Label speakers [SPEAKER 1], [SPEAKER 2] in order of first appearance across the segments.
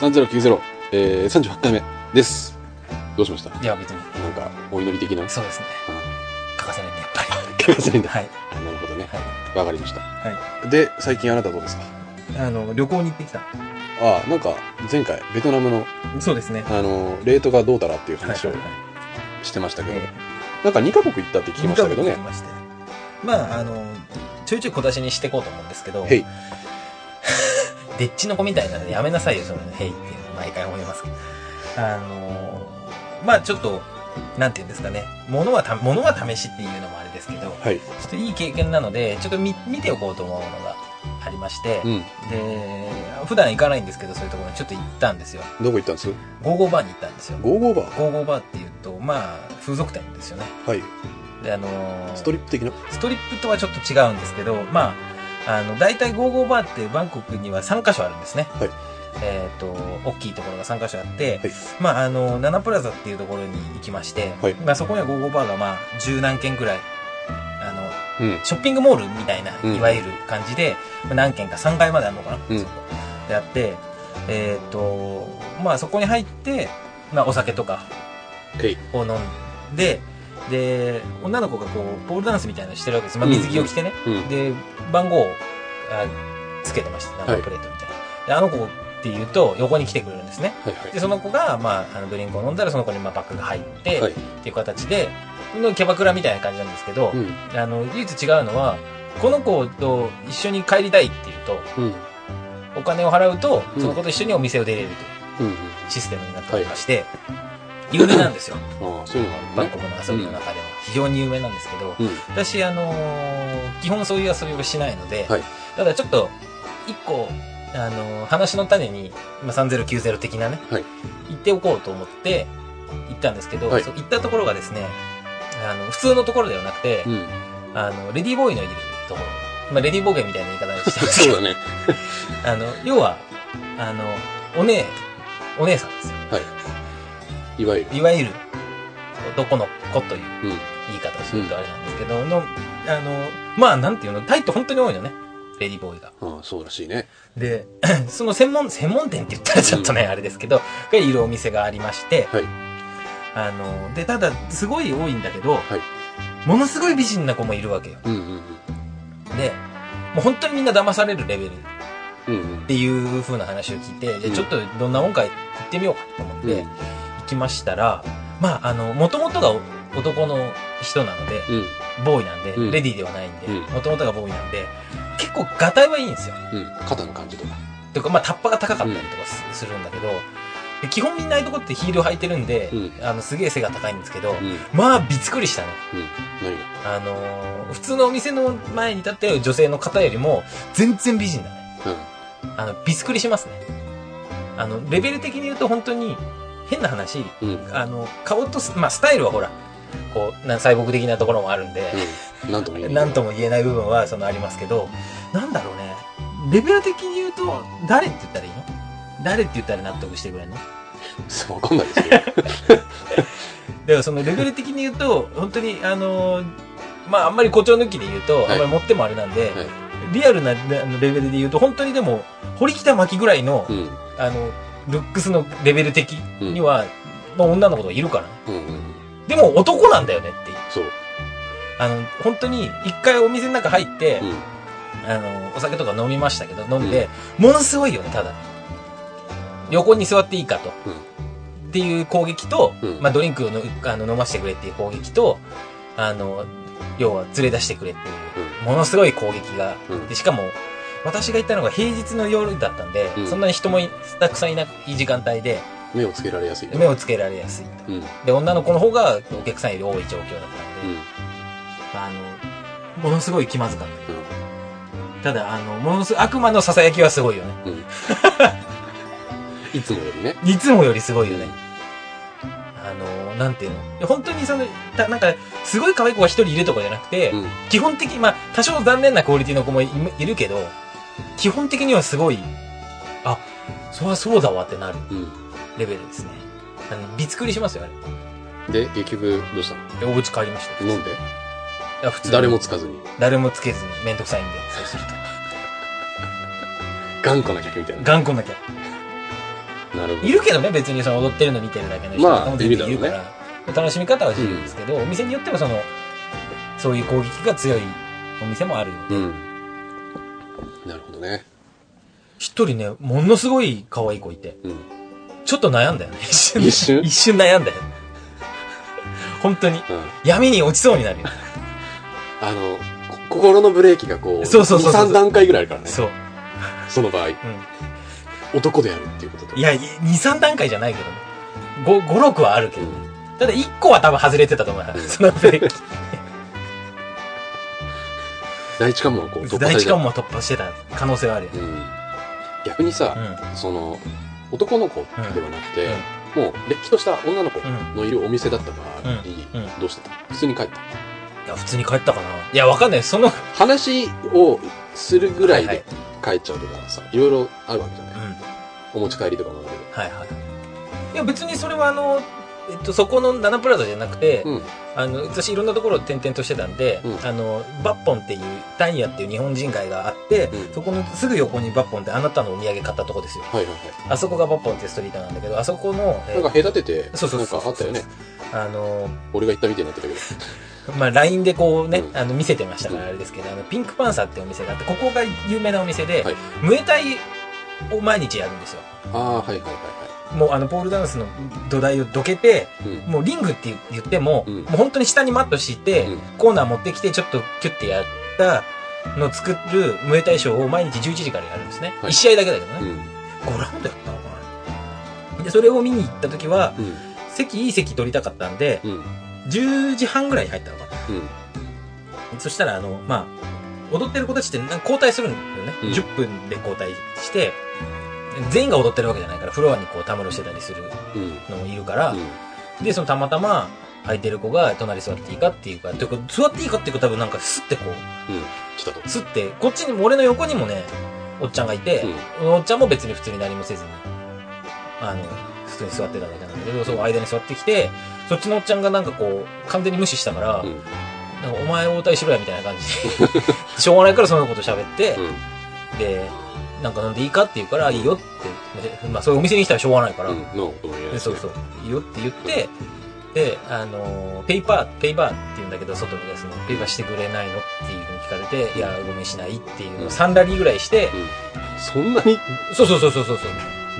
[SPEAKER 1] 3090、えー、38回目です。どうしましたない
[SPEAKER 2] や、別に。
[SPEAKER 1] んか、お祈り的な。
[SPEAKER 2] そうですね。欠かせないね、やっ ぱ
[SPEAKER 1] 欠かせないん
[SPEAKER 2] り。
[SPEAKER 1] だ。
[SPEAKER 2] はい。
[SPEAKER 1] あなるほどね。
[SPEAKER 2] はい。
[SPEAKER 1] わかりました。
[SPEAKER 2] は
[SPEAKER 1] で、最近あなたどうですか
[SPEAKER 2] あの、旅行に行ってきた。
[SPEAKER 1] ああ、なんか、前回、ベトナムの、
[SPEAKER 2] そうですね。
[SPEAKER 1] あの、レートがどうたらっていう
[SPEAKER 2] はい。
[SPEAKER 1] 話をしてましたけど、
[SPEAKER 2] え
[SPEAKER 1] なんか2カ国行ったって聞
[SPEAKER 2] え
[SPEAKER 1] きましたけど
[SPEAKER 2] 行
[SPEAKER 1] ね
[SPEAKER 2] き。ましてまあ、あの、ちょいちょい小出しにしていこうと思うんですけど、
[SPEAKER 1] へい。
[SPEAKER 2] でっちの子みたいなのやめなさいよ、その、ヘイっていうの毎回思いますけど。あの、まあちょっと、なんていうんですかね。物はた、物は試しっていうのもあれですけど、
[SPEAKER 1] はい。
[SPEAKER 2] ちょっといい経験なので、ちょっと見、見ておこうと思うのがありまして、
[SPEAKER 1] うん。
[SPEAKER 2] で、普段行かないんですけど、そういうところにちょっと行ったんですよ。
[SPEAKER 1] どこ行ったんです
[SPEAKER 2] ゴーゴーバーに行ったんですよ。ゴ
[SPEAKER 1] ゴーゴーバー
[SPEAKER 2] ーゴーバーっていうと、まあ、風俗店ですよね。
[SPEAKER 1] はい。
[SPEAKER 2] で、あのー
[SPEAKER 1] ストリップ的な
[SPEAKER 2] ストリップとはちょっと違うんですけど、まあ、あの、大体ゴーゴーバーってバンコクには3カ所あるんですね。
[SPEAKER 1] はい
[SPEAKER 2] えっ、と、大きいところが3カ所あって、
[SPEAKER 1] はい
[SPEAKER 2] まあ、あの、ナナプラザっていうところに行きまして、
[SPEAKER 1] はい
[SPEAKER 2] まあ、そこにはゴーゴーバーがまあ、十何軒くらい、あの、
[SPEAKER 1] うん。
[SPEAKER 2] ショッピングモールみたいな、
[SPEAKER 1] うん
[SPEAKER 2] いわゆる感じで、まあ何軒か3階まであるのかな、
[SPEAKER 1] うん
[SPEAKER 2] そこであって、えっ、と、まあそこに入って、まあお酒とか
[SPEAKER 1] へい。
[SPEAKER 2] を飲んで、で、女の子がこう、ポールダンスみたいなのしてるわけです。まあ
[SPEAKER 1] うん
[SPEAKER 2] 水着を着てね。
[SPEAKER 1] うん。
[SPEAKER 2] で、番号をあつけてました。ナンバープレートみたいな。で、あの子って言うと横に来てくれるんですね。
[SPEAKER 1] はいは
[SPEAKER 2] で、その子が、まあ、あのドリンクを飲んだらその子にまあバッグが入って、
[SPEAKER 1] い。はい。
[SPEAKER 2] っていう形で、のキャバクラみたいな感じなんですけど、
[SPEAKER 1] うん。
[SPEAKER 2] あの、唯一違うのは、この子と一緒に帰りたいっていうと、
[SPEAKER 1] うん。
[SPEAKER 2] お金を払うと、
[SPEAKER 1] うん
[SPEAKER 2] その子と一緒にお店を出れるとい
[SPEAKER 1] うん。
[SPEAKER 2] うシステムになっておりまして、有名なんですよ。
[SPEAKER 1] ああ、そういうのが
[SPEAKER 2] バ
[SPEAKER 1] あ
[SPEAKER 2] ン
[SPEAKER 1] る
[SPEAKER 2] コ
[SPEAKER 1] ね。
[SPEAKER 2] クの遊びの中では。非常に有名なんですけど、
[SPEAKER 1] うん。
[SPEAKER 2] 私、あのー基本そういう遊びをしないので、
[SPEAKER 1] はい
[SPEAKER 2] ただちょっと、一個、あのー話の種に、まあ、3090的なね、
[SPEAKER 1] はい
[SPEAKER 2] 行っておこうと思って、行ったんですけど、
[SPEAKER 1] はい
[SPEAKER 2] そう行ったところがですね、あの、普通のところではなくて、
[SPEAKER 1] うん。
[SPEAKER 2] あの、レディーボーイのいるところ。まあ、レディーボーゲンみたいな言い方をしてます
[SPEAKER 1] そうだね。
[SPEAKER 2] あの、要は、あの、お姉、お姉さんですよ。
[SPEAKER 1] いわゆる。
[SPEAKER 2] いわゆる、男の子という
[SPEAKER 1] うん。
[SPEAKER 2] 言い方をするとあれなんですけど、の、あの、まあ、なんていうの、タイって本当に多いのね。レディーボーイが。
[SPEAKER 1] ああ、そうらしいね。
[SPEAKER 2] で、 その専門、専門店って言ったらちょっとね、あれですけど、がいるお店がありまして、
[SPEAKER 1] はい
[SPEAKER 2] あの、で、ただ、すごい多いんだけど、
[SPEAKER 1] い
[SPEAKER 2] ものすごい美人な子もいるわけよ。
[SPEAKER 1] うんうん
[SPEAKER 2] で、もう本当にみんな騙されるレベル
[SPEAKER 1] うん。うん
[SPEAKER 2] っていう風な話を聞いて、じゃあちょっとどんな音階行ってみようかと思っ
[SPEAKER 1] うん。
[SPEAKER 2] て、行きましたら、まあ、あの、元々が男の人なので、
[SPEAKER 1] うん。うん。
[SPEAKER 2] ボーイなんで、
[SPEAKER 1] うん
[SPEAKER 2] レディーではないんで、
[SPEAKER 1] うん
[SPEAKER 2] 元々がボーイなんで、結構ガタイはいいんですよ。
[SPEAKER 1] うん。肩の感じとか。
[SPEAKER 2] というか、まあ、タッパが高かったりとかす,、るんだけど、で基本みんなああいうとこってヒール履いてるんで、
[SPEAKER 1] うん
[SPEAKER 2] あの、すげえ背が高いんですけど、
[SPEAKER 1] うん。
[SPEAKER 2] まあ、びっくりしたね。
[SPEAKER 1] 何が
[SPEAKER 2] あのー普通のお店の前に立ってる女性の方よりも、全然美人だね。
[SPEAKER 1] う
[SPEAKER 2] あの、びっくりしますね。あの、レベル的に言うと本当に、変な話、
[SPEAKER 1] ん。うん。
[SPEAKER 2] あの、顔とス、まあ、スタイルはほら、こう、な細胞的なところもあるんで、
[SPEAKER 1] うん。なんとも言えな。
[SPEAKER 2] ないんとも言えない部分は、その、ありますけど、なんだろうね。レベル的に言うと、誰って言ったらいいの誰って言ったら納得してくれるのだか
[SPEAKER 1] そう、わかんないですけど。
[SPEAKER 2] ら、その、レベル的に言うと、本当に、あのーまあ、あんまり誇張抜きで言う
[SPEAKER 1] は
[SPEAKER 2] と、
[SPEAKER 1] い
[SPEAKER 2] あんまり持ってもあれなんで、
[SPEAKER 1] はい
[SPEAKER 2] リアルなレあのレベルで言うと、本当にでも、堀北真希ぐらいの
[SPEAKER 1] う、ん。
[SPEAKER 2] あの、ルックスのレベル的
[SPEAKER 1] うん
[SPEAKER 2] には、まあ女の子がいるからね。
[SPEAKER 1] うんうん。
[SPEAKER 2] でも男なんだよねっていう。
[SPEAKER 1] そう。
[SPEAKER 2] あの、本当に、一回お店の中入って、
[SPEAKER 1] うん。
[SPEAKER 2] あの、お酒とか飲みましたけど、飲んで、ものすごいよね、ただ。横に座っていいかと。
[SPEAKER 1] うん
[SPEAKER 2] っていう攻撃と、
[SPEAKER 1] うん
[SPEAKER 2] まあ、ドリンクをのあの飲ませてくれっていう攻撃と、あの、要は連れ出してくれっていう、ものすごい攻撃が。
[SPEAKER 1] うん
[SPEAKER 2] で、しかも、私が行ったのが平日の夜だったんで、
[SPEAKER 1] うん
[SPEAKER 2] そんなに人もいたくさんいない時間帯で、
[SPEAKER 1] 目をつけられやすい。うん。
[SPEAKER 2] 目をつけられやすい。
[SPEAKER 1] うん。
[SPEAKER 2] で、女の子の方がお客さんより多い状況だったんで、あの、ものすごい気まずかった。ただ、あの、ものすごい、悪魔の囁きはすごいよね。
[SPEAKER 1] いつもよりね。
[SPEAKER 2] いつもよりすごいよね。あの、なんていうの。で本当にその、たなんか、すごい可愛い子が一人いるとかじゃなくて、
[SPEAKER 1] うん。
[SPEAKER 2] 基本的に、まあ、多少残念なクオリティの子もいいるけど、基本的にはすごい、あ、そりゃそうだわってなる
[SPEAKER 1] う
[SPEAKER 2] レベルですね。あの、びつくりしますよ、あれ。
[SPEAKER 1] ん。で、結局、どうしたの
[SPEAKER 2] でお家帰りました。
[SPEAKER 1] 飲んで
[SPEAKER 2] いや普通に
[SPEAKER 1] 誰もつかずに。
[SPEAKER 2] 誰もつけずに、めんどくさいんで、そうすると。
[SPEAKER 1] 頑固な客みたいな。
[SPEAKER 2] 頑固なきゃ。
[SPEAKER 1] なるほ
[SPEAKER 2] いるけどね、別にその踊ってるの見てるだけの人
[SPEAKER 1] まあ
[SPEAKER 2] とかも全然いるから、
[SPEAKER 1] いる
[SPEAKER 2] 楽しみ方は自由ですけど、お店によってはその、そういう攻撃が強いお店もあるよ。
[SPEAKER 1] ど。うん。なるほどね。
[SPEAKER 2] 一人ね、ものすごい可愛い子いて、
[SPEAKER 1] うん。
[SPEAKER 2] ちょっと悩んだよね、一瞬。
[SPEAKER 1] 一瞬
[SPEAKER 2] 一瞬悩んだよ。本当に。
[SPEAKER 1] うん。
[SPEAKER 2] 闇に落ちそうになるよ。
[SPEAKER 1] あの、こ心のブレーキがこう、
[SPEAKER 2] そうそうそうそう
[SPEAKER 1] 2、3段階ぐらいあるからね。
[SPEAKER 2] そう。
[SPEAKER 1] その場合、
[SPEAKER 2] う
[SPEAKER 1] 男でやるっていうことと。
[SPEAKER 2] ん。いや、い2、3段階じゃないけどね。5、5、6はあるけ
[SPEAKER 1] う
[SPEAKER 2] ど。
[SPEAKER 1] ん
[SPEAKER 2] ただ1個は多分外れてたと思う。そのブレーキ。
[SPEAKER 1] 第一関門はこう、突破さ
[SPEAKER 2] 第
[SPEAKER 1] れ
[SPEAKER 2] 一
[SPEAKER 1] ちゃう
[SPEAKER 2] 関門を突破してた可能性はあるよ。
[SPEAKER 1] うん。逆に
[SPEAKER 2] う
[SPEAKER 1] さ、
[SPEAKER 2] ん。
[SPEAKER 1] その、男の子ではなくて、もう、れっきとした女の子のいるお店だった場合
[SPEAKER 2] うんうん、
[SPEAKER 1] どうしてた普通に帰った。
[SPEAKER 2] いや、普通に帰ったかな。いや、わかんない。その、
[SPEAKER 1] 話をするぐらい
[SPEAKER 2] はい
[SPEAKER 1] で帰っちゃうとかさ、いろいろあるわけじゃ
[SPEAKER 2] う
[SPEAKER 1] な
[SPEAKER 2] ん。
[SPEAKER 1] い
[SPEAKER 2] はい
[SPEAKER 1] お持ち帰りとかもある
[SPEAKER 2] はい。いや、別にそれはあの、えっと、そこのナナプラザじゃなくて、
[SPEAKER 1] けど。うん。
[SPEAKER 2] あの、私いろんなところを転々としてたんで、
[SPEAKER 1] うん
[SPEAKER 2] あの、バッポンっていう、タンヤっていう日本人街があって、
[SPEAKER 1] うん
[SPEAKER 2] そこのすぐ横にバッポンってあなたのお土産買ったとこですよ。
[SPEAKER 1] はいはいは
[SPEAKER 2] あそこがバッポンってストリートなんだけど、あそこの、
[SPEAKER 1] い。
[SPEAKER 2] え
[SPEAKER 1] な
[SPEAKER 2] ー
[SPEAKER 1] んか隔てて、
[SPEAKER 2] そうそう
[SPEAKER 1] なん
[SPEAKER 2] そ
[SPEAKER 1] か
[SPEAKER 2] う
[SPEAKER 1] あったよね。
[SPEAKER 2] あの、
[SPEAKER 1] 俺が行ったみたいになってたけど。
[SPEAKER 2] まあ、LINE でこうね、
[SPEAKER 1] うん
[SPEAKER 2] あの、見せてましたからあれですけど、あの、ピンクパンサーってお店があって、ここが有名なお店で、
[SPEAKER 1] はい
[SPEAKER 2] ムエタイを毎日やるんですよ。
[SPEAKER 1] ああ、はいはいはいは
[SPEAKER 2] もうあの、ポールダンスの土台をどけて、
[SPEAKER 1] い。うん。
[SPEAKER 2] もうリングって言っても、
[SPEAKER 1] うん
[SPEAKER 2] もう本当に下にマット敷いて、
[SPEAKER 1] うん
[SPEAKER 2] コーナー持ってきて、ちょっとキュッてやったのを作るムエタイショーを毎日11時からやるんですね。
[SPEAKER 1] はい
[SPEAKER 2] 1試合だけだけどね。
[SPEAKER 1] うん。
[SPEAKER 2] 5ラウンドやったのかな。で、それを見に行った時は、
[SPEAKER 1] うん。
[SPEAKER 2] 席、いい席取りたかったんで、
[SPEAKER 1] うん。
[SPEAKER 2] 10時半ぐらいに入ったのか
[SPEAKER 1] うん。
[SPEAKER 2] な。そしたら、あの、まあ、踊ってる子たちってなんか交代するんだよね。
[SPEAKER 1] うん
[SPEAKER 2] 10分で交代して、全員が踊ってるわけじゃないから、フロアにこうたむろしてたりする
[SPEAKER 1] うん。
[SPEAKER 2] のもいるから、
[SPEAKER 1] うん
[SPEAKER 2] で、そのたまたま空いてる子が隣座っていいかっていうから、てか座っていいかっていうか多分なんかスッてこう、
[SPEAKER 1] 来たと。
[SPEAKER 2] スッて、こっちにも俺の横にもね、おっちゃんがいて、おっちゃんも別に普通に何もせずに、あの、普通に座ってただけなんだけど、そう、間に座ってきて、そっちのおっちゃんがなんかこう、完全に無視したから、
[SPEAKER 1] うん
[SPEAKER 2] なんかお前応対しろやみたいな感じで、 しょうがないからそのこと喋って、
[SPEAKER 1] うん。
[SPEAKER 2] で、なんか飲んでいいかって言うから、いいよって、まあそういうお店に来たらしょうがないから、
[SPEAKER 1] うん。のことも言えない
[SPEAKER 2] で
[SPEAKER 1] です
[SPEAKER 2] そう
[SPEAKER 1] ね。
[SPEAKER 2] そう。いいよって言って、で、あの、ペイパー、ペイバーって言うんだけど、外のやつの、ペイパーしてくれないのっていうふうに聞かれて、いや、ごめんしないっていうのを3ラリーぐらいして、
[SPEAKER 1] そんなに
[SPEAKER 2] そうそうそうそうそう。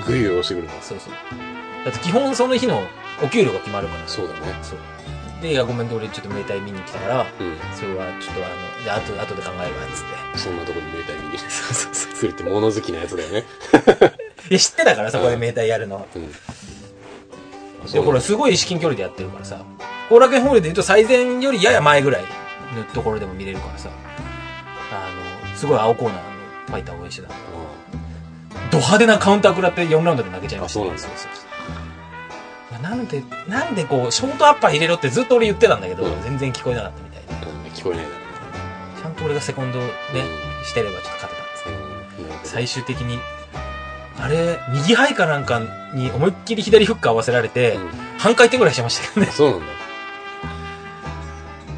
[SPEAKER 1] グイグイ押してくるの
[SPEAKER 2] そうそう。だって基本その日のお給料が決まるから。
[SPEAKER 1] そうだね。
[SPEAKER 2] そう。で、いや、ごめんで俺ちょっとムエタイ見に来たから、
[SPEAKER 1] うん。
[SPEAKER 2] それはちょっとあの、じゃあ後、後で考えるわ、つって。
[SPEAKER 1] そんなとこにメータイ見に
[SPEAKER 2] そうそうそう。
[SPEAKER 1] 来るって物好きなやつだよね。
[SPEAKER 2] いや、知ってたから、そこでムエタイやるの。
[SPEAKER 1] うん。
[SPEAKER 2] で、ほら、すごい至近距離でやってるからさ、後楽園ホールで言うと最前よりやや前ぐらいのところでも見れるからさ、あの、すごい青コーナーのファイターを応援してた。
[SPEAKER 1] あ
[SPEAKER 2] ド派手なカウンター食らって4ラウンドで負けちゃいました、
[SPEAKER 1] あそうなんだ
[SPEAKER 2] そうそうまあなんで、なんでこう、ショートアッパー入れろってずっと俺言ってたんだけど、
[SPEAKER 1] うん
[SPEAKER 2] 全然聞こえなかったみたいで。
[SPEAKER 1] ーうん聞こえないだろ
[SPEAKER 2] ちゃんと俺がセコンドね、
[SPEAKER 1] うね。
[SPEAKER 2] してればちょっと勝てたんですけど、
[SPEAKER 1] うんなるほど
[SPEAKER 2] 最終的に、あれ、右ハイかなんかに思いっきり左フック合わせられて、
[SPEAKER 1] う
[SPEAKER 2] 半回転ぐらいしてましたけどね
[SPEAKER 1] ん。そうなんだ。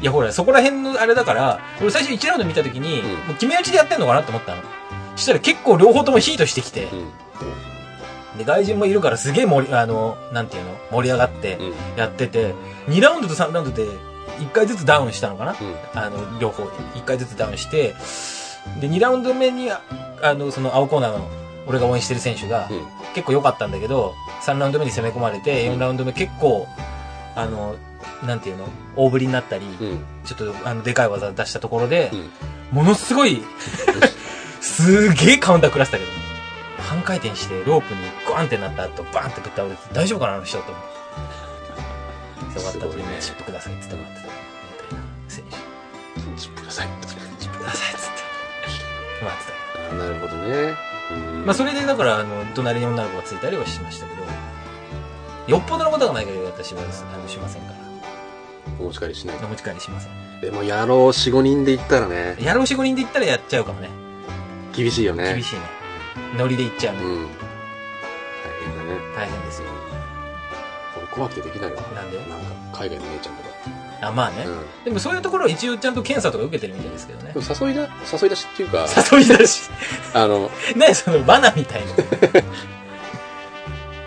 [SPEAKER 2] いやほら、そこら辺のあれだから、俺最初1ラウンド見た時に、
[SPEAKER 1] うん
[SPEAKER 2] もう決め打ちでやってんのかなと思ったの。そしたら結構両方ともヒートしてきて、
[SPEAKER 1] う
[SPEAKER 2] で、外人もいるからすげえ盛り、あの、なんていうの、盛り上がって
[SPEAKER 1] ん。うん。
[SPEAKER 2] やってて、2ラウンドと3ラウンドで1回ずつダウンしたのかな
[SPEAKER 1] うん。
[SPEAKER 2] あの、両方、1回ずつダウンして、で、2ラウンド目に、ああの、その青コーナーの、俺が応援してる選手が、
[SPEAKER 1] うん
[SPEAKER 2] 結構良かったんだけど、3ラウンド目に攻め込まれて、4ラウンド目結構、あの、なんていうの、大振りになったり、
[SPEAKER 1] うん。
[SPEAKER 2] ちょっとあのでかい技出したところで、
[SPEAKER 1] うん
[SPEAKER 2] ものす ごい、すげえカウンター食らってたけど、半回転してロープにゴーンってなった後、バーンってぶっ倒れて、大丈夫かなあの人と思って。よかった
[SPEAKER 1] すごいね
[SPEAKER 2] とチップくださいって言ってもらってた。選手、
[SPEAKER 1] チップください。
[SPEAKER 2] チップくださいって
[SPEAKER 1] あー
[SPEAKER 2] 言って。待ってたけ
[SPEAKER 1] なるほどね。うん
[SPEAKER 2] ど。まあそれでだから、あの、隣に女の子がついたりはしましたけど、よっぽどのことがない限り私はですねあのしませんから。
[SPEAKER 1] お持ち帰りしない
[SPEAKER 2] お持ち帰りしません。
[SPEAKER 1] でもやろう4、5人で行ったらね、
[SPEAKER 2] やろうし5人で行ったらやっちゃうかもね。
[SPEAKER 1] 厳しいよね。
[SPEAKER 2] 厳しいね。ノリで行っちゃう
[SPEAKER 1] う
[SPEAKER 2] ね。
[SPEAKER 1] ん。大変だね。
[SPEAKER 2] 大変ですよ。
[SPEAKER 1] 俺怖くてできないわ。
[SPEAKER 2] なんで
[SPEAKER 1] なんか、海外の姉ちゃんとか。
[SPEAKER 2] あ、まあね。
[SPEAKER 1] う
[SPEAKER 2] でもそういうところは一応ちゃんと検査とか受けてるみたいですけどね。
[SPEAKER 1] ん。でも誘いだ、誘い出しっていうか、
[SPEAKER 2] 誘い出し。
[SPEAKER 1] あの、
[SPEAKER 2] 何そのバナみたいな。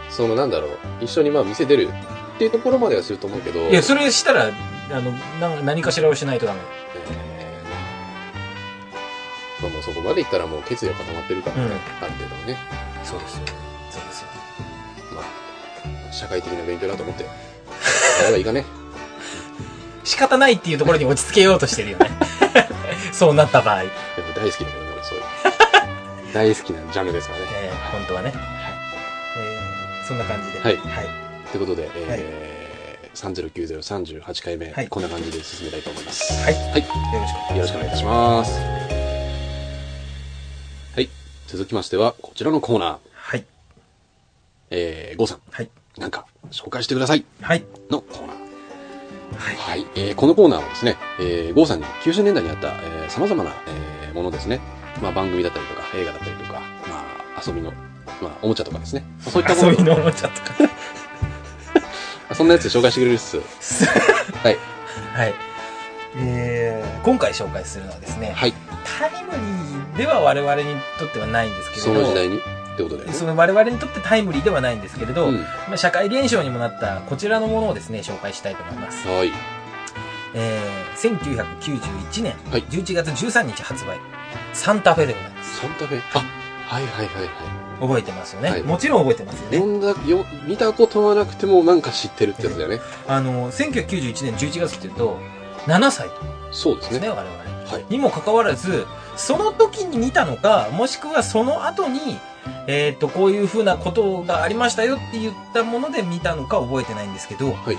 [SPEAKER 1] そのなんだろう、一緒にまあ店出るっていうところまではすると思うけど、
[SPEAKER 2] いや、それしたら、あの、な何かしらをしないとダメ。
[SPEAKER 1] えーまあもうそこまでいったらもう決意は固まってるからね、
[SPEAKER 2] うん
[SPEAKER 1] ある程度はね、
[SPEAKER 2] そうですよ。そうですよ。
[SPEAKER 1] まあ、社会的な勉強だと思って、やればいいかね。
[SPEAKER 2] 仕方ないっていうところに落ち着けようとしてるよね。 そうなった場合。
[SPEAKER 1] でも大好きだけどね、俺そういう。 大好きなジャンルですからね。
[SPEAKER 2] えー本当はね。はい。えーそんな感じで。
[SPEAKER 1] はい
[SPEAKER 2] はい。
[SPEAKER 1] ということで、えー309038回目、
[SPEAKER 2] はい
[SPEAKER 1] こんな感じで進めたいと思います。
[SPEAKER 2] はい
[SPEAKER 1] は
[SPEAKER 2] よろしくお願いします
[SPEAKER 1] い。よろしくお願いいたします。はい。続きましては、こちらのコーナー、
[SPEAKER 2] はい。
[SPEAKER 1] えー、ゴーさん、
[SPEAKER 2] はい。
[SPEAKER 1] なんか、紹介してください
[SPEAKER 2] はい。
[SPEAKER 1] のコーナー。
[SPEAKER 2] はい。
[SPEAKER 1] はい。えーこのコーナーはですね、えー、ゴーさんに90年代にあった、えー、様々な、えーものですね。まあ、番組だったりとか、映画だったりとか、まあ、遊びの、まあ、おもちゃとかですね。まあそういったもの
[SPEAKER 2] 遊びのおもちゃとか。
[SPEAKER 1] あそんなやつ紹介してくれるっす。はい。
[SPEAKER 2] はい。えー、今回紹介するのはですね、
[SPEAKER 1] はい。
[SPEAKER 2] タイムリーでは我々にとってはないんですけれど、
[SPEAKER 1] その時代に。ってことだよね。
[SPEAKER 2] その我々にとってタイムリーではないんですけれど、
[SPEAKER 1] うん。
[SPEAKER 2] まあ社会現象にもなったこちらのものをですね、紹介したいと思います。
[SPEAKER 1] はい。
[SPEAKER 2] えー、1991年
[SPEAKER 1] はい
[SPEAKER 2] 11月13日発売、サンタフェでございます。
[SPEAKER 1] サンタフェ。あ、はいはいはいは
[SPEAKER 2] 覚えてますよね。
[SPEAKER 1] はい
[SPEAKER 2] もちろん覚えてますよ
[SPEAKER 1] い。
[SPEAKER 2] ね
[SPEAKER 1] 呼。んだ、よ、見たことはなくてもなんか知ってるってやつだよね。
[SPEAKER 2] あの、1991年11月っていうと、7歳とか
[SPEAKER 1] そうです
[SPEAKER 2] ですね、
[SPEAKER 1] ね。
[SPEAKER 2] 我々。
[SPEAKER 1] はい。
[SPEAKER 2] にもかかわらず、その時に見たのか、もしくはその後に、えっ、と、こういう風なことがありましたよって言ったもので見たのか覚えてないんですけど、
[SPEAKER 1] はい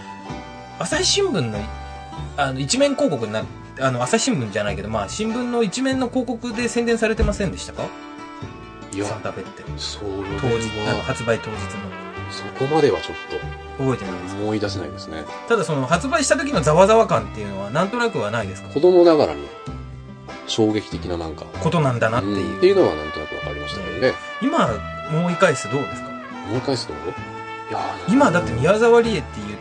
[SPEAKER 2] 朝日新聞の、あの、一面広告にな、あの、朝日新聞じゃないけど、まあ、新聞の一面の広告で宣伝されてませんでしたか
[SPEAKER 1] い
[SPEAKER 2] サン
[SPEAKER 1] や、
[SPEAKER 2] タフェって。
[SPEAKER 1] それ
[SPEAKER 2] 当日、あの
[SPEAKER 1] は、
[SPEAKER 2] 発売当日の。
[SPEAKER 1] そこまではちょっ
[SPEAKER 2] 覚えてないで
[SPEAKER 1] と
[SPEAKER 2] す。
[SPEAKER 1] 思い出せないですね。
[SPEAKER 2] ただその、発売した時のざわざわ感っていうのは、なんとなくはないですか
[SPEAKER 1] 子供ながらに衝撃的ななんか、
[SPEAKER 2] ことなんだなって
[SPEAKER 1] うんっ
[SPEAKER 2] い
[SPEAKER 1] て
[SPEAKER 2] う。
[SPEAKER 1] いうのはなんとなくわかりましたけどね。
[SPEAKER 2] 今、思い返すとどうですか
[SPEAKER 1] 思い返すといやー
[SPEAKER 2] 今だって宮沢りえっていう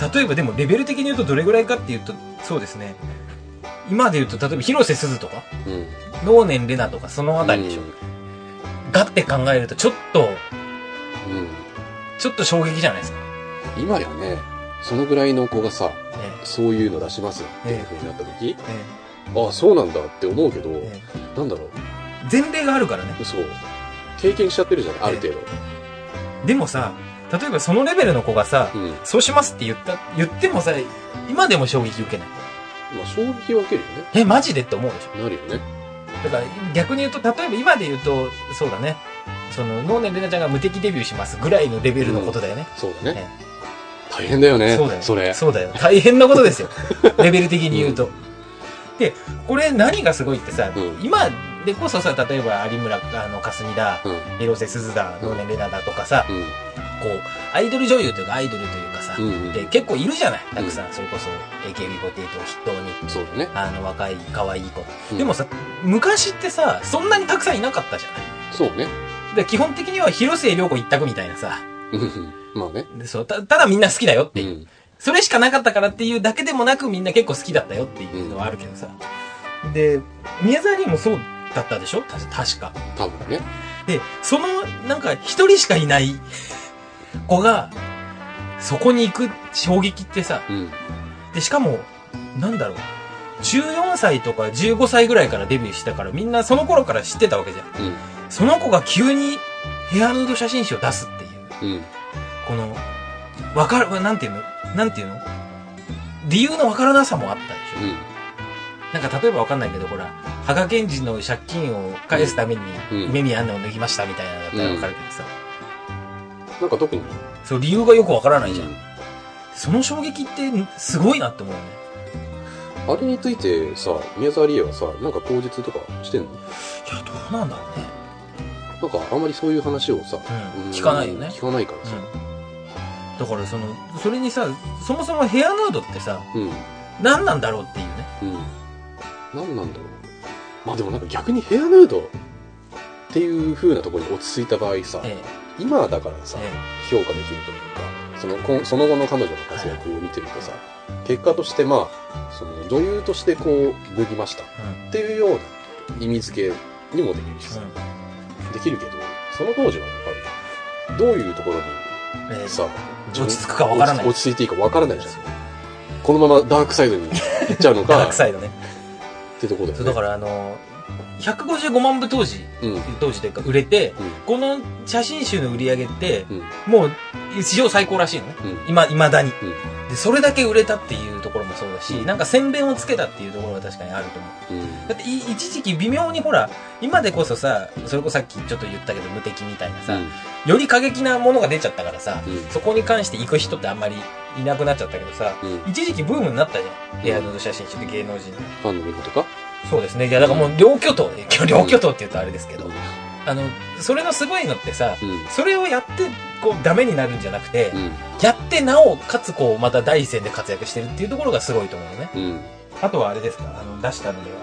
[SPEAKER 2] と例えばでもレベル的に言うとどれぐらいかっていうとそうですね今で言うと例えば広瀬すずとか
[SPEAKER 1] うん。
[SPEAKER 2] 能年玲奈とかそのあたりでしょ、だって考えるとちょっと
[SPEAKER 1] うんうん
[SPEAKER 2] ちょっと衝撃じゃないですかね
[SPEAKER 1] 今やね、そのぐらいの子がさ、そういうの出しますっていう風になった時、
[SPEAKER 2] え
[SPEAKER 1] ああ、そうなんだって思うけど、
[SPEAKER 2] ええ
[SPEAKER 1] なんだろ
[SPEAKER 2] え前例があるからね
[SPEAKER 1] う、そう。経験しちゃってるじゃない、ある程度。
[SPEAKER 2] でもさ例えばそのレベルの子がさ、
[SPEAKER 1] うん。ま
[SPEAKER 2] そうしますって言った言ってもさ今でも衝撃受けない
[SPEAKER 1] あ、衝撃は受けるよね。
[SPEAKER 2] えマジでって思うでしょ
[SPEAKER 1] なるよね。
[SPEAKER 2] だから逆に言うと例えば今で言うとそうだねその能年玲奈ちゃんが無敵デビューしますぐらいのレベルのことだよね、
[SPEAKER 1] そうだね
[SPEAKER 2] え。
[SPEAKER 1] 大変だよね。
[SPEAKER 2] そうだよ。
[SPEAKER 1] それ。
[SPEAKER 2] そうだよ。大変なことで すよ。レベル的に言うと。で、これ何がすごいってさ、
[SPEAKER 1] うん
[SPEAKER 2] 今でこそさ、例えば有村、あの、かすみだ、
[SPEAKER 1] うん。うん。
[SPEAKER 2] 広瀬すずだ、
[SPEAKER 1] うん
[SPEAKER 2] 能年玲奈だとかさ、こう、アイドル女優というか、アイドルというかさ、
[SPEAKER 1] うん。
[SPEAKER 2] で、結構いるじゃないたくさん、それこそ AKB48 を筆頭に、
[SPEAKER 1] そうだね。
[SPEAKER 2] あの、若い、可愛い子。
[SPEAKER 1] うん
[SPEAKER 2] でもさ、昔ってさ、そんなにたくさんいなかったじゃない
[SPEAKER 1] そうね。
[SPEAKER 2] で、基本的には広末涼子一択みたいなさ、
[SPEAKER 1] うんうん。まあね。
[SPEAKER 2] でそうた、ただみんな好きだよって
[SPEAKER 1] う
[SPEAKER 2] いう。
[SPEAKER 1] ん。
[SPEAKER 2] それしかなかったからっていうだけでもなくみんな結構好きだったよっていうのはあるけどさ。で、宮沢りえもそうだったでしょた確か。
[SPEAKER 1] 多分ね。
[SPEAKER 2] で、その、なんか一人しかいない子が、そこに行く衝撃ってさ、
[SPEAKER 1] うん。
[SPEAKER 2] で、しかも、なんだろう。14歳とか15歳ぐらいからデビューしたからみんなその頃から知ってたわけじゃん。その子が急にヘアヌード写真集を出すってい
[SPEAKER 1] うん。
[SPEAKER 2] う。
[SPEAKER 1] うん。
[SPEAKER 2] この、わかる、なんていうのなんていうの理由のわからなさもあったでしょ、なんか例えばわかんないけど、ほら、羽賀健二の借金を返すために、
[SPEAKER 1] うん
[SPEAKER 2] 梅宮アンナを脱ぎましたみたいなのだったらわかるけどさ、
[SPEAKER 1] なんか特に。
[SPEAKER 2] そう、理由がよくわからないじゃん。
[SPEAKER 1] うん
[SPEAKER 2] その衝撃って、すごいなって思うよね。
[SPEAKER 1] あれについてさ、宮沢りえはさ、なんか口実とかしてんの
[SPEAKER 2] いや、どうなんだろうね。
[SPEAKER 1] なんかあんまりそういう話をさ、
[SPEAKER 2] うん
[SPEAKER 1] うん
[SPEAKER 2] 聞かないよね
[SPEAKER 1] 聞かないからさ。
[SPEAKER 2] うん。だからその、それにさ、そもそもヘアヌードってさ、
[SPEAKER 1] うん。うん。
[SPEAKER 2] 何なんだろうっていうね。
[SPEAKER 1] なんなんだろう。まあでもなんか逆にヘアヌードっていう風なところに落ち着いた場合さ、
[SPEAKER 2] え
[SPEAKER 1] 今だからさ
[SPEAKER 2] え、、え
[SPEAKER 1] 評価できるというか、そのこんその後の彼女の活躍を見てるとさ、結果としてまあ、その女優としてこう、脱ぎました
[SPEAKER 2] え。うん。
[SPEAKER 1] っていうような意味付けにもできるしさ、できるけど、その当時はやっぱり、どういうところに
[SPEAKER 2] えー
[SPEAKER 1] さ、
[SPEAKER 2] 落ち着くかわからな
[SPEAKER 1] 落
[SPEAKER 2] い
[SPEAKER 1] ち落ち着いていいかわからないじゃん。このままダークサイドに行っちゃうの
[SPEAKER 2] ダ
[SPEAKER 1] か、
[SPEAKER 2] ーク
[SPEAKER 1] っ
[SPEAKER 2] サイドね。
[SPEAKER 1] てとこだよ
[SPEAKER 2] そ
[SPEAKER 1] ね。
[SPEAKER 2] う、だからあの、155万部当時、
[SPEAKER 1] うん。うん。
[SPEAKER 2] 当時というか売れて、この写真集の売り上げって、
[SPEAKER 1] うん。
[SPEAKER 2] もう、史上最高らしいのね。
[SPEAKER 1] うん。
[SPEAKER 2] 今、未だに、
[SPEAKER 1] う
[SPEAKER 2] で、それだけ売れたっていうところもそうだし、
[SPEAKER 1] うん
[SPEAKER 2] なんか宣伝をつけたっていうところは確かにあると思う。
[SPEAKER 1] うん。
[SPEAKER 2] だってい、一時期微妙にほら、今でこそさ、それこそさっきちょっと言ったけど無敵みたいなさ、より過激なものが出ちゃったからさ、
[SPEAKER 1] うん
[SPEAKER 2] そこに関して行く人ってあんまりいなくなっちゃったけどさ、
[SPEAKER 1] うん。
[SPEAKER 2] 一時期ブームになったじゃん。
[SPEAKER 1] ん
[SPEAKER 2] ヘアヌード写真集って芸能人の。
[SPEAKER 1] ファンの見事か
[SPEAKER 2] そうですね。いや、だからもう両巨頭、両巨頭って言うとあれですけど、
[SPEAKER 1] う
[SPEAKER 2] あの、それのすごいのってさ、
[SPEAKER 1] ん。
[SPEAKER 2] それをやって、こう、ダメになるんじゃなくて、
[SPEAKER 1] うん。
[SPEAKER 2] やってなお、かつこう、また第一線で活躍してるっていうところがすごいと思うのね。
[SPEAKER 1] うん。
[SPEAKER 2] あとはあれですかあの、出したのでは、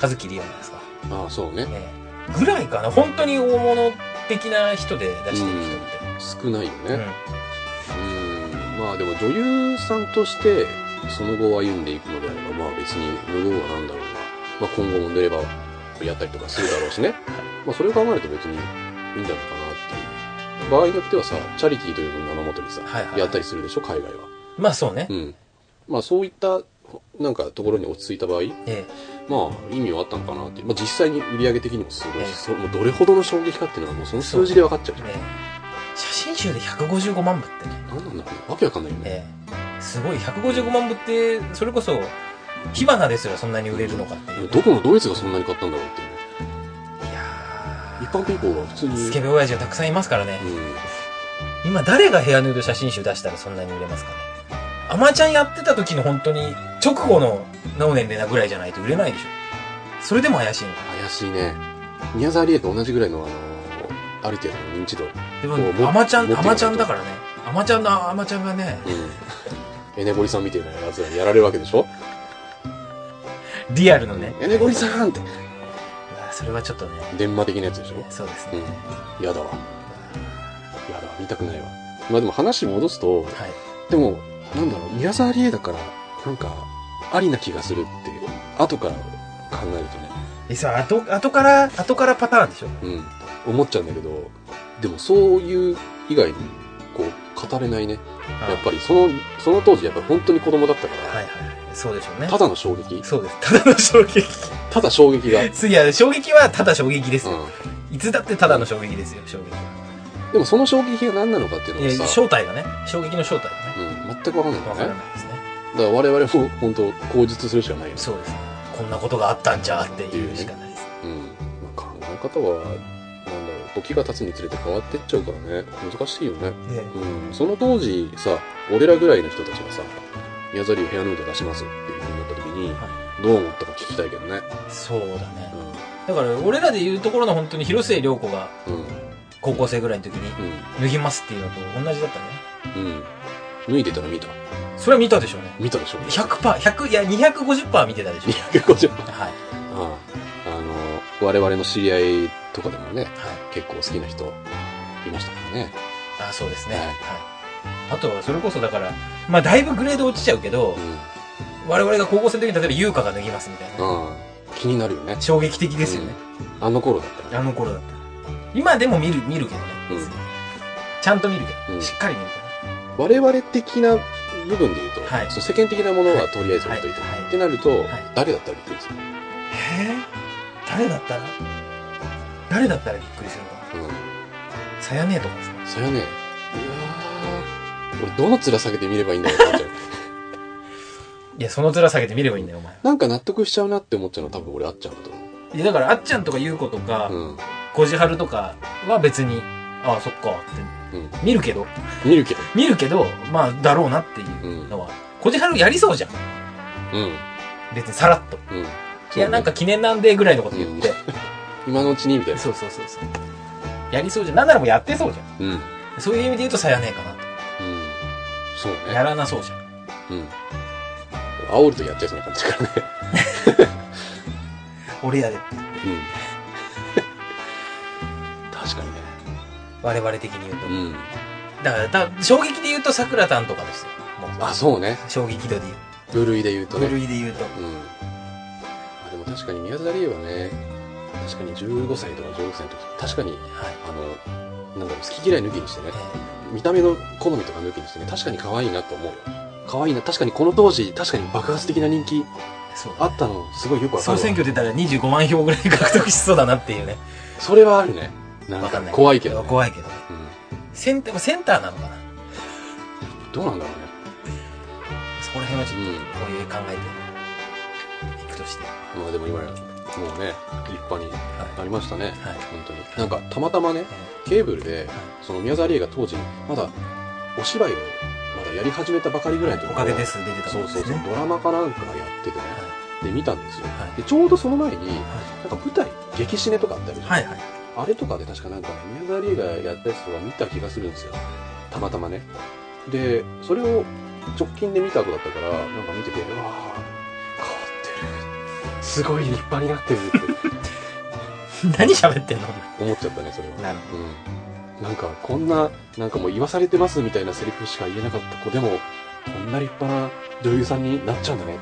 [SPEAKER 2] 和樹リオンですか
[SPEAKER 1] ああ、そうね。
[SPEAKER 2] ねぐらいかな。本当に大物的な人で出してる人って。
[SPEAKER 1] 少ないよ
[SPEAKER 2] うん。
[SPEAKER 1] ね。うん。まあでも女優さんとして、その後歩んでいくのであれば、まあ別に部分はなんだろうな。まあ今後も出ればやったりとかするだろうしね。まあそれを考えると別にいいんじゃないかなっていう。場合によってはさ、チャリティーという名のもとにさ、
[SPEAKER 2] はいはい
[SPEAKER 1] やったりするでしょ、海外は。
[SPEAKER 2] まあそうね
[SPEAKER 1] う。ん。まあそういった、なんかところに落ち着いた場合、
[SPEAKER 2] え
[SPEAKER 1] まあ意味はあったのかなっていう。まあ実際に売り上げ的にもすごい
[SPEAKER 2] ええ
[SPEAKER 1] し、そもうどれほどの衝撃かっていうのはもうその数字で分かっちゃうじ
[SPEAKER 2] え
[SPEAKER 1] ゃん。
[SPEAKER 2] ね写真集で155万部ってね。
[SPEAKER 1] なんなんだろうね。わけわかんないよね。
[SPEAKER 2] ええすごい、155万部って、それこそ、火花ですらそんなに売れるのかっていう。
[SPEAKER 1] どこのドイツがそんなに買ったんだろうっていう。
[SPEAKER 2] いやー
[SPEAKER 1] 一般ピーポーは普通に。
[SPEAKER 2] スケベ親父がたくさんいますからね。
[SPEAKER 1] うん。
[SPEAKER 2] 今誰がヘアヌード写真集出したらそんなに売れますかね。アマちゃんやってた時の本当に直後の何年でなぐらいじゃないと売れないでしょ。それでも怪しいのか。
[SPEAKER 1] 怪しいね。宮沢りえと同じぐらいの、あのある程度の認知度。うん。
[SPEAKER 2] で
[SPEAKER 1] そう
[SPEAKER 2] も、
[SPEAKER 1] も
[SPEAKER 2] アマちゃ
[SPEAKER 1] 持って
[SPEAKER 2] ん、ア
[SPEAKER 1] みないと
[SPEAKER 2] マちゃんだからね。アマちゃんの、アマちゃんがね、
[SPEAKER 1] エネゴリさんみたいなやつらにやられるわけでしょ
[SPEAKER 2] リアルのね。
[SPEAKER 1] エネゴリさんって。
[SPEAKER 2] うわそれはちょっとね、
[SPEAKER 1] 電話的なやつでしょ
[SPEAKER 2] そうです
[SPEAKER 1] う
[SPEAKER 2] ね。
[SPEAKER 1] ん。やだわ。やだわ。見たくないわ。まあでも話戻すと、
[SPEAKER 2] はい。
[SPEAKER 1] でも、なんだろう、宮沢りえだから、なんか、ありな気がするって、後から考えるとね、
[SPEAKER 2] え、そう、後、後から、後からパターンでしょ
[SPEAKER 1] うん、思っちゃうんだけど、でもそういう以外に、こう、語れないね。やっぱりその、その当時やっぱり本当に子供だったから、
[SPEAKER 2] はいはい。そうでしょうね。
[SPEAKER 1] ただの衝撃
[SPEAKER 2] そうです。ただの衝撃。
[SPEAKER 1] ただ衝 撃が。う
[SPEAKER 2] いや、衝撃はただ衝撃ですよ。
[SPEAKER 1] ん。
[SPEAKER 2] いつだってただの衝撃ですよ、衝撃は。
[SPEAKER 1] でもその衝撃が何なのかっていう
[SPEAKER 2] い
[SPEAKER 1] の
[SPEAKER 2] や
[SPEAKER 1] がさ、
[SPEAKER 2] 正体がね、衝撃の正体がね、
[SPEAKER 1] うん、全くわかんないんだ
[SPEAKER 2] わ
[SPEAKER 1] よね。だ
[SPEAKER 2] から
[SPEAKER 1] か
[SPEAKER 2] ないですね。
[SPEAKER 1] ら我々も本当、口述するしかないよね。
[SPEAKER 2] そうですね。こんなことがあったんじゃっていうしかないです。
[SPEAKER 1] うん。まあ、考え方は、なんだろう、時が経つにつれて変わってっちゃうからね、難しいよね。
[SPEAKER 2] ね
[SPEAKER 1] うん、その当時さ俺らぐらいの人たちがさ「宮沢りえヘアヌード出します」っていう風になった時に、どう思ったか聞きたいけどね
[SPEAKER 2] そうだね。だから、俺らで言うところの本当に広末涼子が
[SPEAKER 1] うんうん
[SPEAKER 2] 高校生ぐらいの時に脱ぎますっていうのと同じだったね。
[SPEAKER 1] うん、うん、脱いでたら見た
[SPEAKER 2] それは見たでしょうね。
[SPEAKER 1] 見たでしょ
[SPEAKER 2] 100%、100、いや、250%見てたでしょう。
[SPEAKER 1] 250あ
[SPEAKER 2] は
[SPEAKER 1] あ
[SPEAKER 2] い。
[SPEAKER 1] あの我々の知り合いとかでもね
[SPEAKER 2] はい。
[SPEAKER 1] 結構好きな人いましたからね
[SPEAKER 2] あ、そうですね。は
[SPEAKER 1] はいい。
[SPEAKER 2] あとは、それこそだから、まあ、だいぶグレード落ちちゃうけど
[SPEAKER 1] う、ん
[SPEAKER 2] 我々が高校生の時に例えば優香が脱ぎますみたいな。
[SPEAKER 1] ああ気になるよね
[SPEAKER 2] 衝撃的ですよね。
[SPEAKER 1] あの頃だったら
[SPEAKER 2] あ
[SPEAKER 1] ね
[SPEAKER 2] の頃だったら。今でも見る、見るけどね。
[SPEAKER 1] うん
[SPEAKER 2] ちゃんと見るけど、
[SPEAKER 1] うん
[SPEAKER 2] しっかり見るけど。
[SPEAKER 1] 我々的な部分で言うと、
[SPEAKER 2] はい
[SPEAKER 1] そう世間的なものはとりあえず置いといて、
[SPEAKER 2] はいはい
[SPEAKER 1] ってなると、
[SPEAKER 2] はい
[SPEAKER 1] 誰だったらびっくりする
[SPEAKER 2] えー、誰だったら誰だったらびっくりするの
[SPEAKER 1] うん
[SPEAKER 2] さやねえとかですか
[SPEAKER 1] それはね、いやー俺どの面下げて見ればいいんだろうって思っちゃ う。
[SPEAKER 2] いや、その面下げて見ればいいんだよ、お前。
[SPEAKER 1] なんか納得しちゃうなって思っちゃうのは多分俺あっちゃうんだと思
[SPEAKER 2] いや、だから、あっちゃんとかゆうことか、
[SPEAKER 1] う。
[SPEAKER 2] こじはるとかは別に、ああ、そっか、って。
[SPEAKER 1] うん。うん。
[SPEAKER 2] 見るけど、
[SPEAKER 1] 見るけど。。
[SPEAKER 2] 見るけど、まあ、だろうなっていううんのは。こじはるやりそうじゃん。
[SPEAKER 1] うん。うん。
[SPEAKER 2] 別にさらっと。
[SPEAKER 1] そうね
[SPEAKER 2] いや、なんか、記念なんで、ぐらいのこと 言って。
[SPEAKER 1] 今のうちにみたいな。
[SPEAKER 2] そうそうそうそう。やりそうじゃん。なんならもうやってそうじゃ
[SPEAKER 1] うん。うん。
[SPEAKER 2] ん。そういう意味で言うと、さやねえかな
[SPEAKER 1] そう
[SPEAKER 2] と。や
[SPEAKER 1] ね。
[SPEAKER 2] らなそうじゃん。
[SPEAKER 1] うん。煽るとやっちゃいそうな感じだから ね。
[SPEAKER 2] 俺やで。
[SPEAKER 1] うん。確かにね。
[SPEAKER 2] 我々的に言うと。
[SPEAKER 1] うん。
[SPEAKER 2] だから、だ衝撃で言うと、桜たんとかですよ。もう
[SPEAKER 1] あ、そうね。
[SPEAKER 2] 衝撃度で言う。
[SPEAKER 1] 部類で言うと
[SPEAKER 2] 部
[SPEAKER 1] ね。
[SPEAKER 2] 類で言うと。
[SPEAKER 1] うん。あ、でも確かに宮沢りえはね、確かに15歳とか16歳の時、確かに
[SPEAKER 2] はい。
[SPEAKER 1] あの、なんだろう好き嫌い抜きにしてね見た目の好みとか抜きにしてね確かに可愛いなと思うよ可愛いな確かにこの当時確かに爆発的な人気
[SPEAKER 2] そう
[SPEAKER 1] あったのすごいよくわか
[SPEAKER 2] 総
[SPEAKER 1] る
[SPEAKER 2] 選
[SPEAKER 1] わ
[SPEAKER 2] 挙出たら25万票ぐらい獲得しそうだなっていうね。
[SPEAKER 1] それはあるねな
[SPEAKER 2] わ
[SPEAKER 1] ん
[SPEAKER 2] か
[SPEAKER 1] か
[SPEAKER 2] んない。
[SPEAKER 1] 怖いけど、ね
[SPEAKER 2] 怖いけどね。
[SPEAKER 1] う、
[SPEAKER 2] センター、センターなのかなん
[SPEAKER 1] どうなんだろうね
[SPEAKER 2] そこら辺はちょっ
[SPEAKER 1] うん
[SPEAKER 2] と、こういう考えていくとして。
[SPEAKER 1] まあでも今やもうね立派に
[SPEAKER 2] は
[SPEAKER 1] なりましたね
[SPEAKER 2] い。はい。
[SPEAKER 1] 本当になんかたまたまねケーブルでその宮沢りえが当時まだお芝居をまだやり始めたばかりぐらいの時
[SPEAKER 2] おかげです、出てた
[SPEAKER 1] そ
[SPEAKER 2] もん
[SPEAKER 1] う
[SPEAKER 2] で
[SPEAKER 1] そう
[SPEAKER 2] す
[SPEAKER 1] そう
[SPEAKER 2] ね。
[SPEAKER 1] ドラマかなんかやっててね
[SPEAKER 2] は
[SPEAKER 1] で見たんですよ
[SPEAKER 2] はい
[SPEAKER 1] でちょうどその前に
[SPEAKER 2] いは
[SPEAKER 1] なんか舞台激シネとかあったり、
[SPEAKER 2] い。はい はい。
[SPEAKER 1] あれとかで確かなんかね宮沢りえがやったやつとか見た気がするんですよたまたまねでそれを直近で見た子だったからなんか見ててうわあ変わってるすごい立派になってるって
[SPEAKER 2] 何喋ってんの
[SPEAKER 1] 思っちゃったねそれは
[SPEAKER 2] なるほ
[SPEAKER 1] うん、なんかこんななんかもう言わされてますみたいなセリフしか言えなかった子でもこんな立派な女優さんになっちゃうんだねっ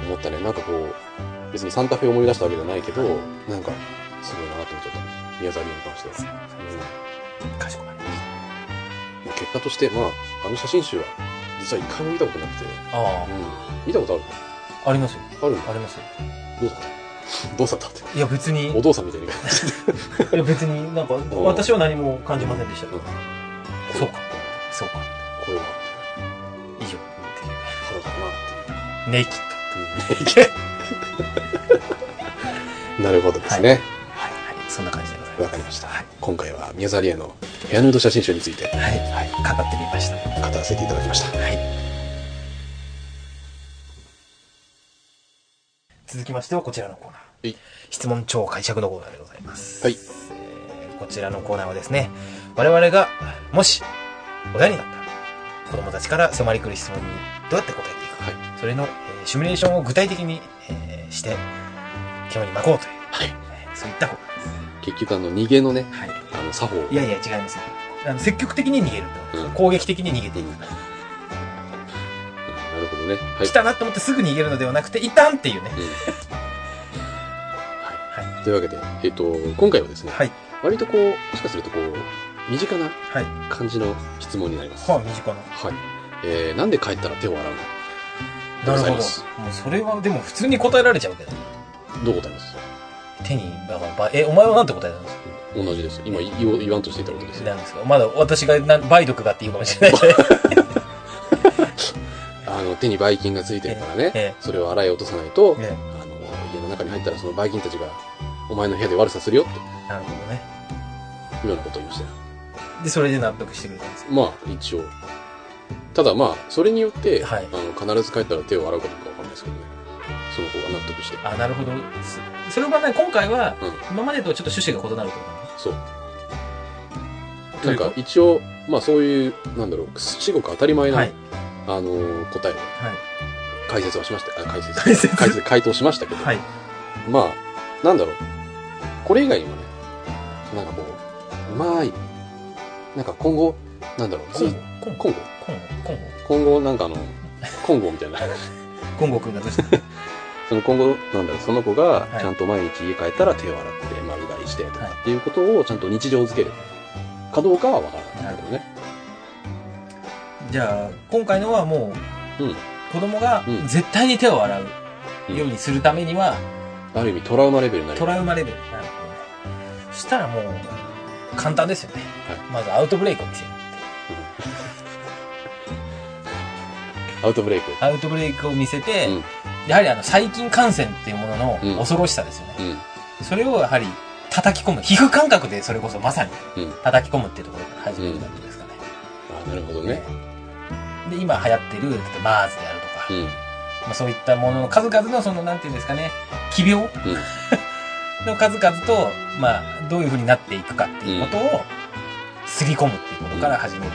[SPEAKER 1] て思ったねなんかこう別にサンタフェを思い出したわけじゃないけどなんかすごいなって思っちゃった宮沢りえに関しては、
[SPEAKER 2] かしこまりまし
[SPEAKER 1] うんまあ結果としてまああの写真集は実は一回も見たことなくて、
[SPEAKER 2] た。あ
[SPEAKER 1] うん、見たことある
[SPEAKER 2] あ、ありますよ。
[SPEAKER 1] あるんだ
[SPEAKER 2] ありますよ。
[SPEAKER 1] どうだったどうだったって
[SPEAKER 2] いや、別に、
[SPEAKER 1] お父さんみたいに
[SPEAKER 2] いや、別になんか、
[SPEAKER 1] ん
[SPEAKER 2] 私は何も感じませんでしたけど。そうかそうか。
[SPEAKER 1] 声が
[SPEAKER 2] 以上。
[SPEAKER 1] 腹だなっていう
[SPEAKER 2] ネイキ ッ
[SPEAKER 1] なるほどですね。
[SPEAKER 2] ド。はいはい。そんな感じで
[SPEAKER 1] わ、
[SPEAKER 2] ございます。
[SPEAKER 1] かりました。
[SPEAKER 2] はい
[SPEAKER 1] 今回は宮沢りえのヘアヌード写真集について
[SPEAKER 2] はい。はい。語ってみました。
[SPEAKER 1] 語らせていただきました。
[SPEAKER 2] はい。続きましてはこちらのコーナー。
[SPEAKER 1] はい
[SPEAKER 2] 質問超解釈のコーナーでございます。
[SPEAKER 1] はい
[SPEAKER 2] えーこちらのコーナーはですね、我々が、もし、親になった子供たちから迫り来る質問にどうやって答えていくか、
[SPEAKER 1] はい
[SPEAKER 2] それの、えーシミュレーションを具体的に、えーして、肝に巻こうという、
[SPEAKER 1] はい。
[SPEAKER 2] えーそういったコーナーです。
[SPEAKER 1] 結局あの逃げのね、
[SPEAKER 2] はい。
[SPEAKER 1] あの作法。
[SPEAKER 2] いやいや、違いますよ。あの積極的に逃げるってことです、
[SPEAKER 1] うん
[SPEAKER 2] 攻撃的に逃げていく。
[SPEAKER 1] なるほどね。はい。
[SPEAKER 2] 来たなって思ってすぐ逃げるのではなくて、一旦っていうね。
[SPEAKER 1] うん
[SPEAKER 2] は
[SPEAKER 1] というわけで、えっ、と、今回はですね、
[SPEAKER 2] はい。
[SPEAKER 1] 割とこう、もしかするとこう、身近な
[SPEAKER 2] はい。
[SPEAKER 1] 感じの質問になります。
[SPEAKER 2] はあ、身近な。
[SPEAKER 1] はい。えー、なんで帰ったら手を洗うの
[SPEAKER 2] なる
[SPEAKER 1] ござい
[SPEAKER 2] ほ
[SPEAKER 1] ま
[SPEAKER 2] ど
[SPEAKER 1] す。
[SPEAKER 2] もうそれはでも普通に答えられちゃうけど。
[SPEAKER 1] どう答えます
[SPEAKER 2] 手に、ばばばえ、お前はなんて答えたんですか
[SPEAKER 1] 同じです。今言おう言わんとしていたことです。
[SPEAKER 2] なんですかまだ私がな梅毒がって言うかも しれないじゃないですか。
[SPEAKER 1] あの、手にばい菌がついてるからね、
[SPEAKER 2] え
[SPEAKER 1] それを洗い落とさないと、
[SPEAKER 2] ね
[SPEAKER 1] あの、家の中に入ったらそのバイキンたちが、お前の部屋で悪さするよって
[SPEAKER 2] なるほどね。
[SPEAKER 1] いうようなことを言いましたよ。
[SPEAKER 2] で、それで納得してくれたんですよ。
[SPEAKER 1] まあ、一応。ただまあ、それによって、
[SPEAKER 2] はい
[SPEAKER 1] あの、必ず帰ったら手を洗うかどうかわかんないですけどね。その子が納得して。
[SPEAKER 2] あ、なるほど。すそれはね、今回は
[SPEAKER 1] うん、
[SPEAKER 2] 今までとはちょっと趣旨が異なるってことね。
[SPEAKER 1] そう。
[SPEAKER 2] と
[SPEAKER 1] ないん
[SPEAKER 2] うこと
[SPEAKER 1] か、一応、まあそういう、なんだろう、至極当たり前な、
[SPEAKER 2] はい。
[SPEAKER 1] あのー答え、
[SPEAKER 2] はい。
[SPEAKER 1] 解説はしました。あ、解説。
[SPEAKER 2] 解説
[SPEAKER 1] 解解答しましたけど、
[SPEAKER 2] はい。
[SPEAKER 1] まあ、なんだろう。これ以外にもね、なんかこう、うまい。なんか今後、なんだろう、ず
[SPEAKER 2] 今
[SPEAKER 1] っ
[SPEAKER 2] 後、今後、
[SPEAKER 1] 今後
[SPEAKER 2] 今後、今後、
[SPEAKER 1] 今後なんかあの、今後みたいな。
[SPEAKER 2] 今後くんがどうしたは
[SPEAKER 1] その今後、なんだろう、その子が
[SPEAKER 2] はい
[SPEAKER 1] ちゃんと毎日家帰ったら手を洗って、まあ、うがいしてとか
[SPEAKER 2] い。
[SPEAKER 1] っていうことをちゃんと日常づけるかどうかはわからないけどね。
[SPEAKER 2] じゃあ、今回のはもう、
[SPEAKER 1] うん
[SPEAKER 2] 子供が
[SPEAKER 1] うん
[SPEAKER 2] 絶対に手を洗う
[SPEAKER 1] うん
[SPEAKER 2] ようにするためには、
[SPEAKER 1] ある意味トラウマレベルになる
[SPEAKER 2] ト。ラウマレベル。なるほどね。そしたらもう、簡単ですよね。
[SPEAKER 1] は
[SPEAKER 2] まずアウトブレイクを見せる。
[SPEAKER 1] アウトブレイク。
[SPEAKER 2] アウトブレイクを見せて、
[SPEAKER 1] うん
[SPEAKER 2] やはりあの、細菌感染っていうもの
[SPEAKER 1] うん
[SPEAKER 2] の恐ろしさですよね。
[SPEAKER 1] うん。
[SPEAKER 2] それをやはり叩き込む。皮膚感覚でそれこそまさに
[SPEAKER 1] うん
[SPEAKER 2] 叩き込むっていうところから始めるんですかね。
[SPEAKER 1] あなるほどね。
[SPEAKER 2] で、今流行ってる、例えばマーズであるとか、
[SPEAKER 1] うん。
[SPEAKER 2] まあ、そういったものの数々のその、なんていうんですかね、奇病、 の数々と、まあ、どういう風になっていくかっていうことを、すり込むっていうことから始める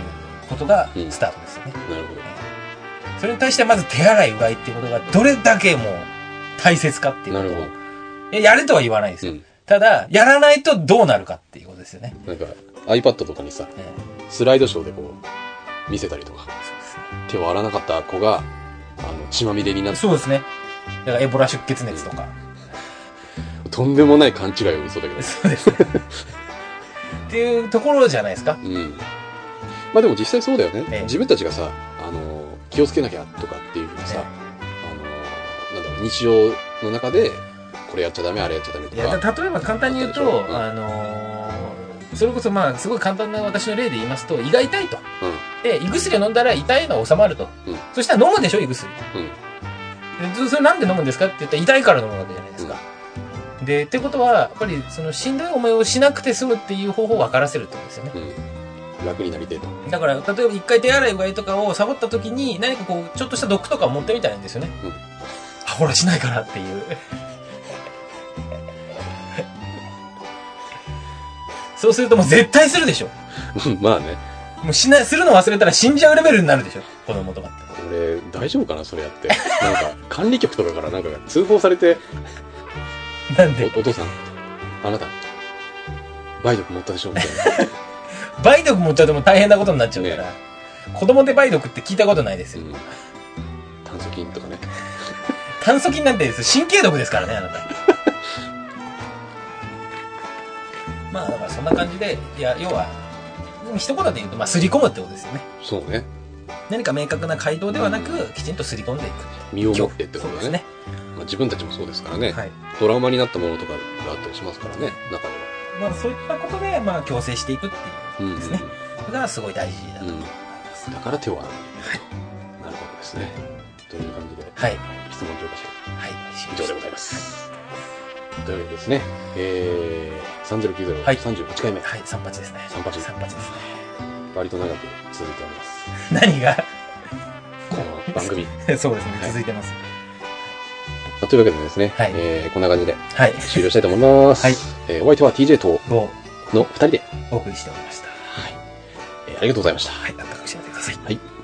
[SPEAKER 2] ことが
[SPEAKER 1] うん
[SPEAKER 2] スタートですよね。
[SPEAKER 1] なるほど。
[SPEAKER 2] それに対してまず手洗いうがいっていうことがどれだけもう大切かっていうことを
[SPEAKER 1] なるほ
[SPEAKER 2] いややれとは言わないですよ。
[SPEAKER 1] うん
[SPEAKER 2] ただ、やらないとどうなるかっていうことですよね。
[SPEAKER 1] なんか、iPad とかにさ、
[SPEAKER 2] え
[SPEAKER 1] スライドショーでこう、見せたりとか。
[SPEAKER 2] えそうですね
[SPEAKER 1] 手を洗わなかった子が、あの、血まみれになって、
[SPEAKER 2] そうですね。だからエボラ出血熱とか。
[SPEAKER 1] とんでもない勘違いを見そうだけど、
[SPEAKER 2] そうですね。っていうところじゃないですか。
[SPEAKER 1] うん。まあでも実際そうだよね。
[SPEAKER 2] ええ
[SPEAKER 1] 自分たちがさ、あの、気をつけなきゃとかっていうふうにさ、あの、なんだろう、日常の中で、これやっちゃダメ、あれやっちゃダメと
[SPEAKER 2] いや
[SPEAKER 1] か。
[SPEAKER 2] だ例えば簡単に言
[SPEAKER 1] あ
[SPEAKER 2] う
[SPEAKER 1] ったでしょう
[SPEAKER 2] と、
[SPEAKER 1] ん
[SPEAKER 2] あのーそれこそまあすごい簡単な私の例で言いますと胃が痛いとで胃薬を飲んだら痛いのは治まると、
[SPEAKER 1] うん
[SPEAKER 2] そしたら飲むでしょ胃薬でそそれなんで飲むんですかって言ったら痛いから飲むわけじゃないですか、でってことはやっぱりそのしんどい思いをしなくて済むっていう方法を分からせるってことですよね
[SPEAKER 1] うん。うん。楽になりてえと。
[SPEAKER 2] だから例えば一回手洗いうがいとかをサボった時に何かこうちょっとした毒とか持ってみたらいいんですよね、
[SPEAKER 1] うん
[SPEAKER 2] あほらしないからっていうそうするともう絶対するでしょ
[SPEAKER 1] まあね、
[SPEAKER 2] もうしないするの忘れたら死んじゃうレベルになるでしょ子供とかって
[SPEAKER 1] 俺、大丈夫かな、それやって。なんか、管理局とかからなんか通報されて、
[SPEAKER 2] なん で
[SPEAKER 1] おお父さん、あなた、梅毒持ったでしょみたい
[SPEAKER 2] 梅毒持っちゃうともう大変なことになっちゃうから、
[SPEAKER 1] ね
[SPEAKER 2] 子供で梅毒って聞いたことないですよ、
[SPEAKER 1] な。うん。炭疽菌とかね。
[SPEAKER 2] 炭疽菌なんて神経毒ですからねあな たまあだからそんな感じでいや要は一言で言うとまあ刷り込むってことですよね
[SPEAKER 1] そうね。
[SPEAKER 2] 何か明確な回答ではなくきちんと刷り込んでいく
[SPEAKER 1] 身をもってってこと
[SPEAKER 2] そ
[SPEAKER 1] だ
[SPEAKER 2] うです
[SPEAKER 1] ね。
[SPEAKER 2] ね
[SPEAKER 1] まあ、自分たちもそうですからね、
[SPEAKER 2] はい
[SPEAKER 1] トラウマになったものとかがあったりしますからね、中では。
[SPEAKER 2] まあそういったことでまあ強制していくっていうことですね、それがすごい大事だと
[SPEAKER 1] う
[SPEAKER 2] 思い
[SPEAKER 1] ん。
[SPEAKER 2] ます、
[SPEAKER 1] だから手を洗う。なるほどですね。という感じで、
[SPEAKER 2] はい
[SPEAKER 1] 質問状況書
[SPEAKER 2] はい
[SPEAKER 1] 以上でございます。というわけでですね、えー、3090、
[SPEAKER 2] はい
[SPEAKER 1] 38回目、
[SPEAKER 2] はい三八ですね
[SPEAKER 1] 三八
[SPEAKER 2] 三八ですね
[SPEAKER 1] 割と長く続いております。
[SPEAKER 2] 何が
[SPEAKER 1] この番組。ま
[SPEAKER 2] そうですね
[SPEAKER 1] はい
[SPEAKER 2] 続いてます
[SPEAKER 1] あというわけでですね、
[SPEAKER 2] はい
[SPEAKER 1] えー、こんな感じで
[SPEAKER 2] はい、
[SPEAKER 1] 終了したいと思います。
[SPEAKER 2] はい
[SPEAKER 1] えー、お相手は TJ と
[SPEAKER 2] を
[SPEAKER 1] の2人で、
[SPEAKER 2] お送りしておりました
[SPEAKER 1] えーありがとうございました。
[SPEAKER 2] はいあったかくしておいてください
[SPEAKER 1] はい。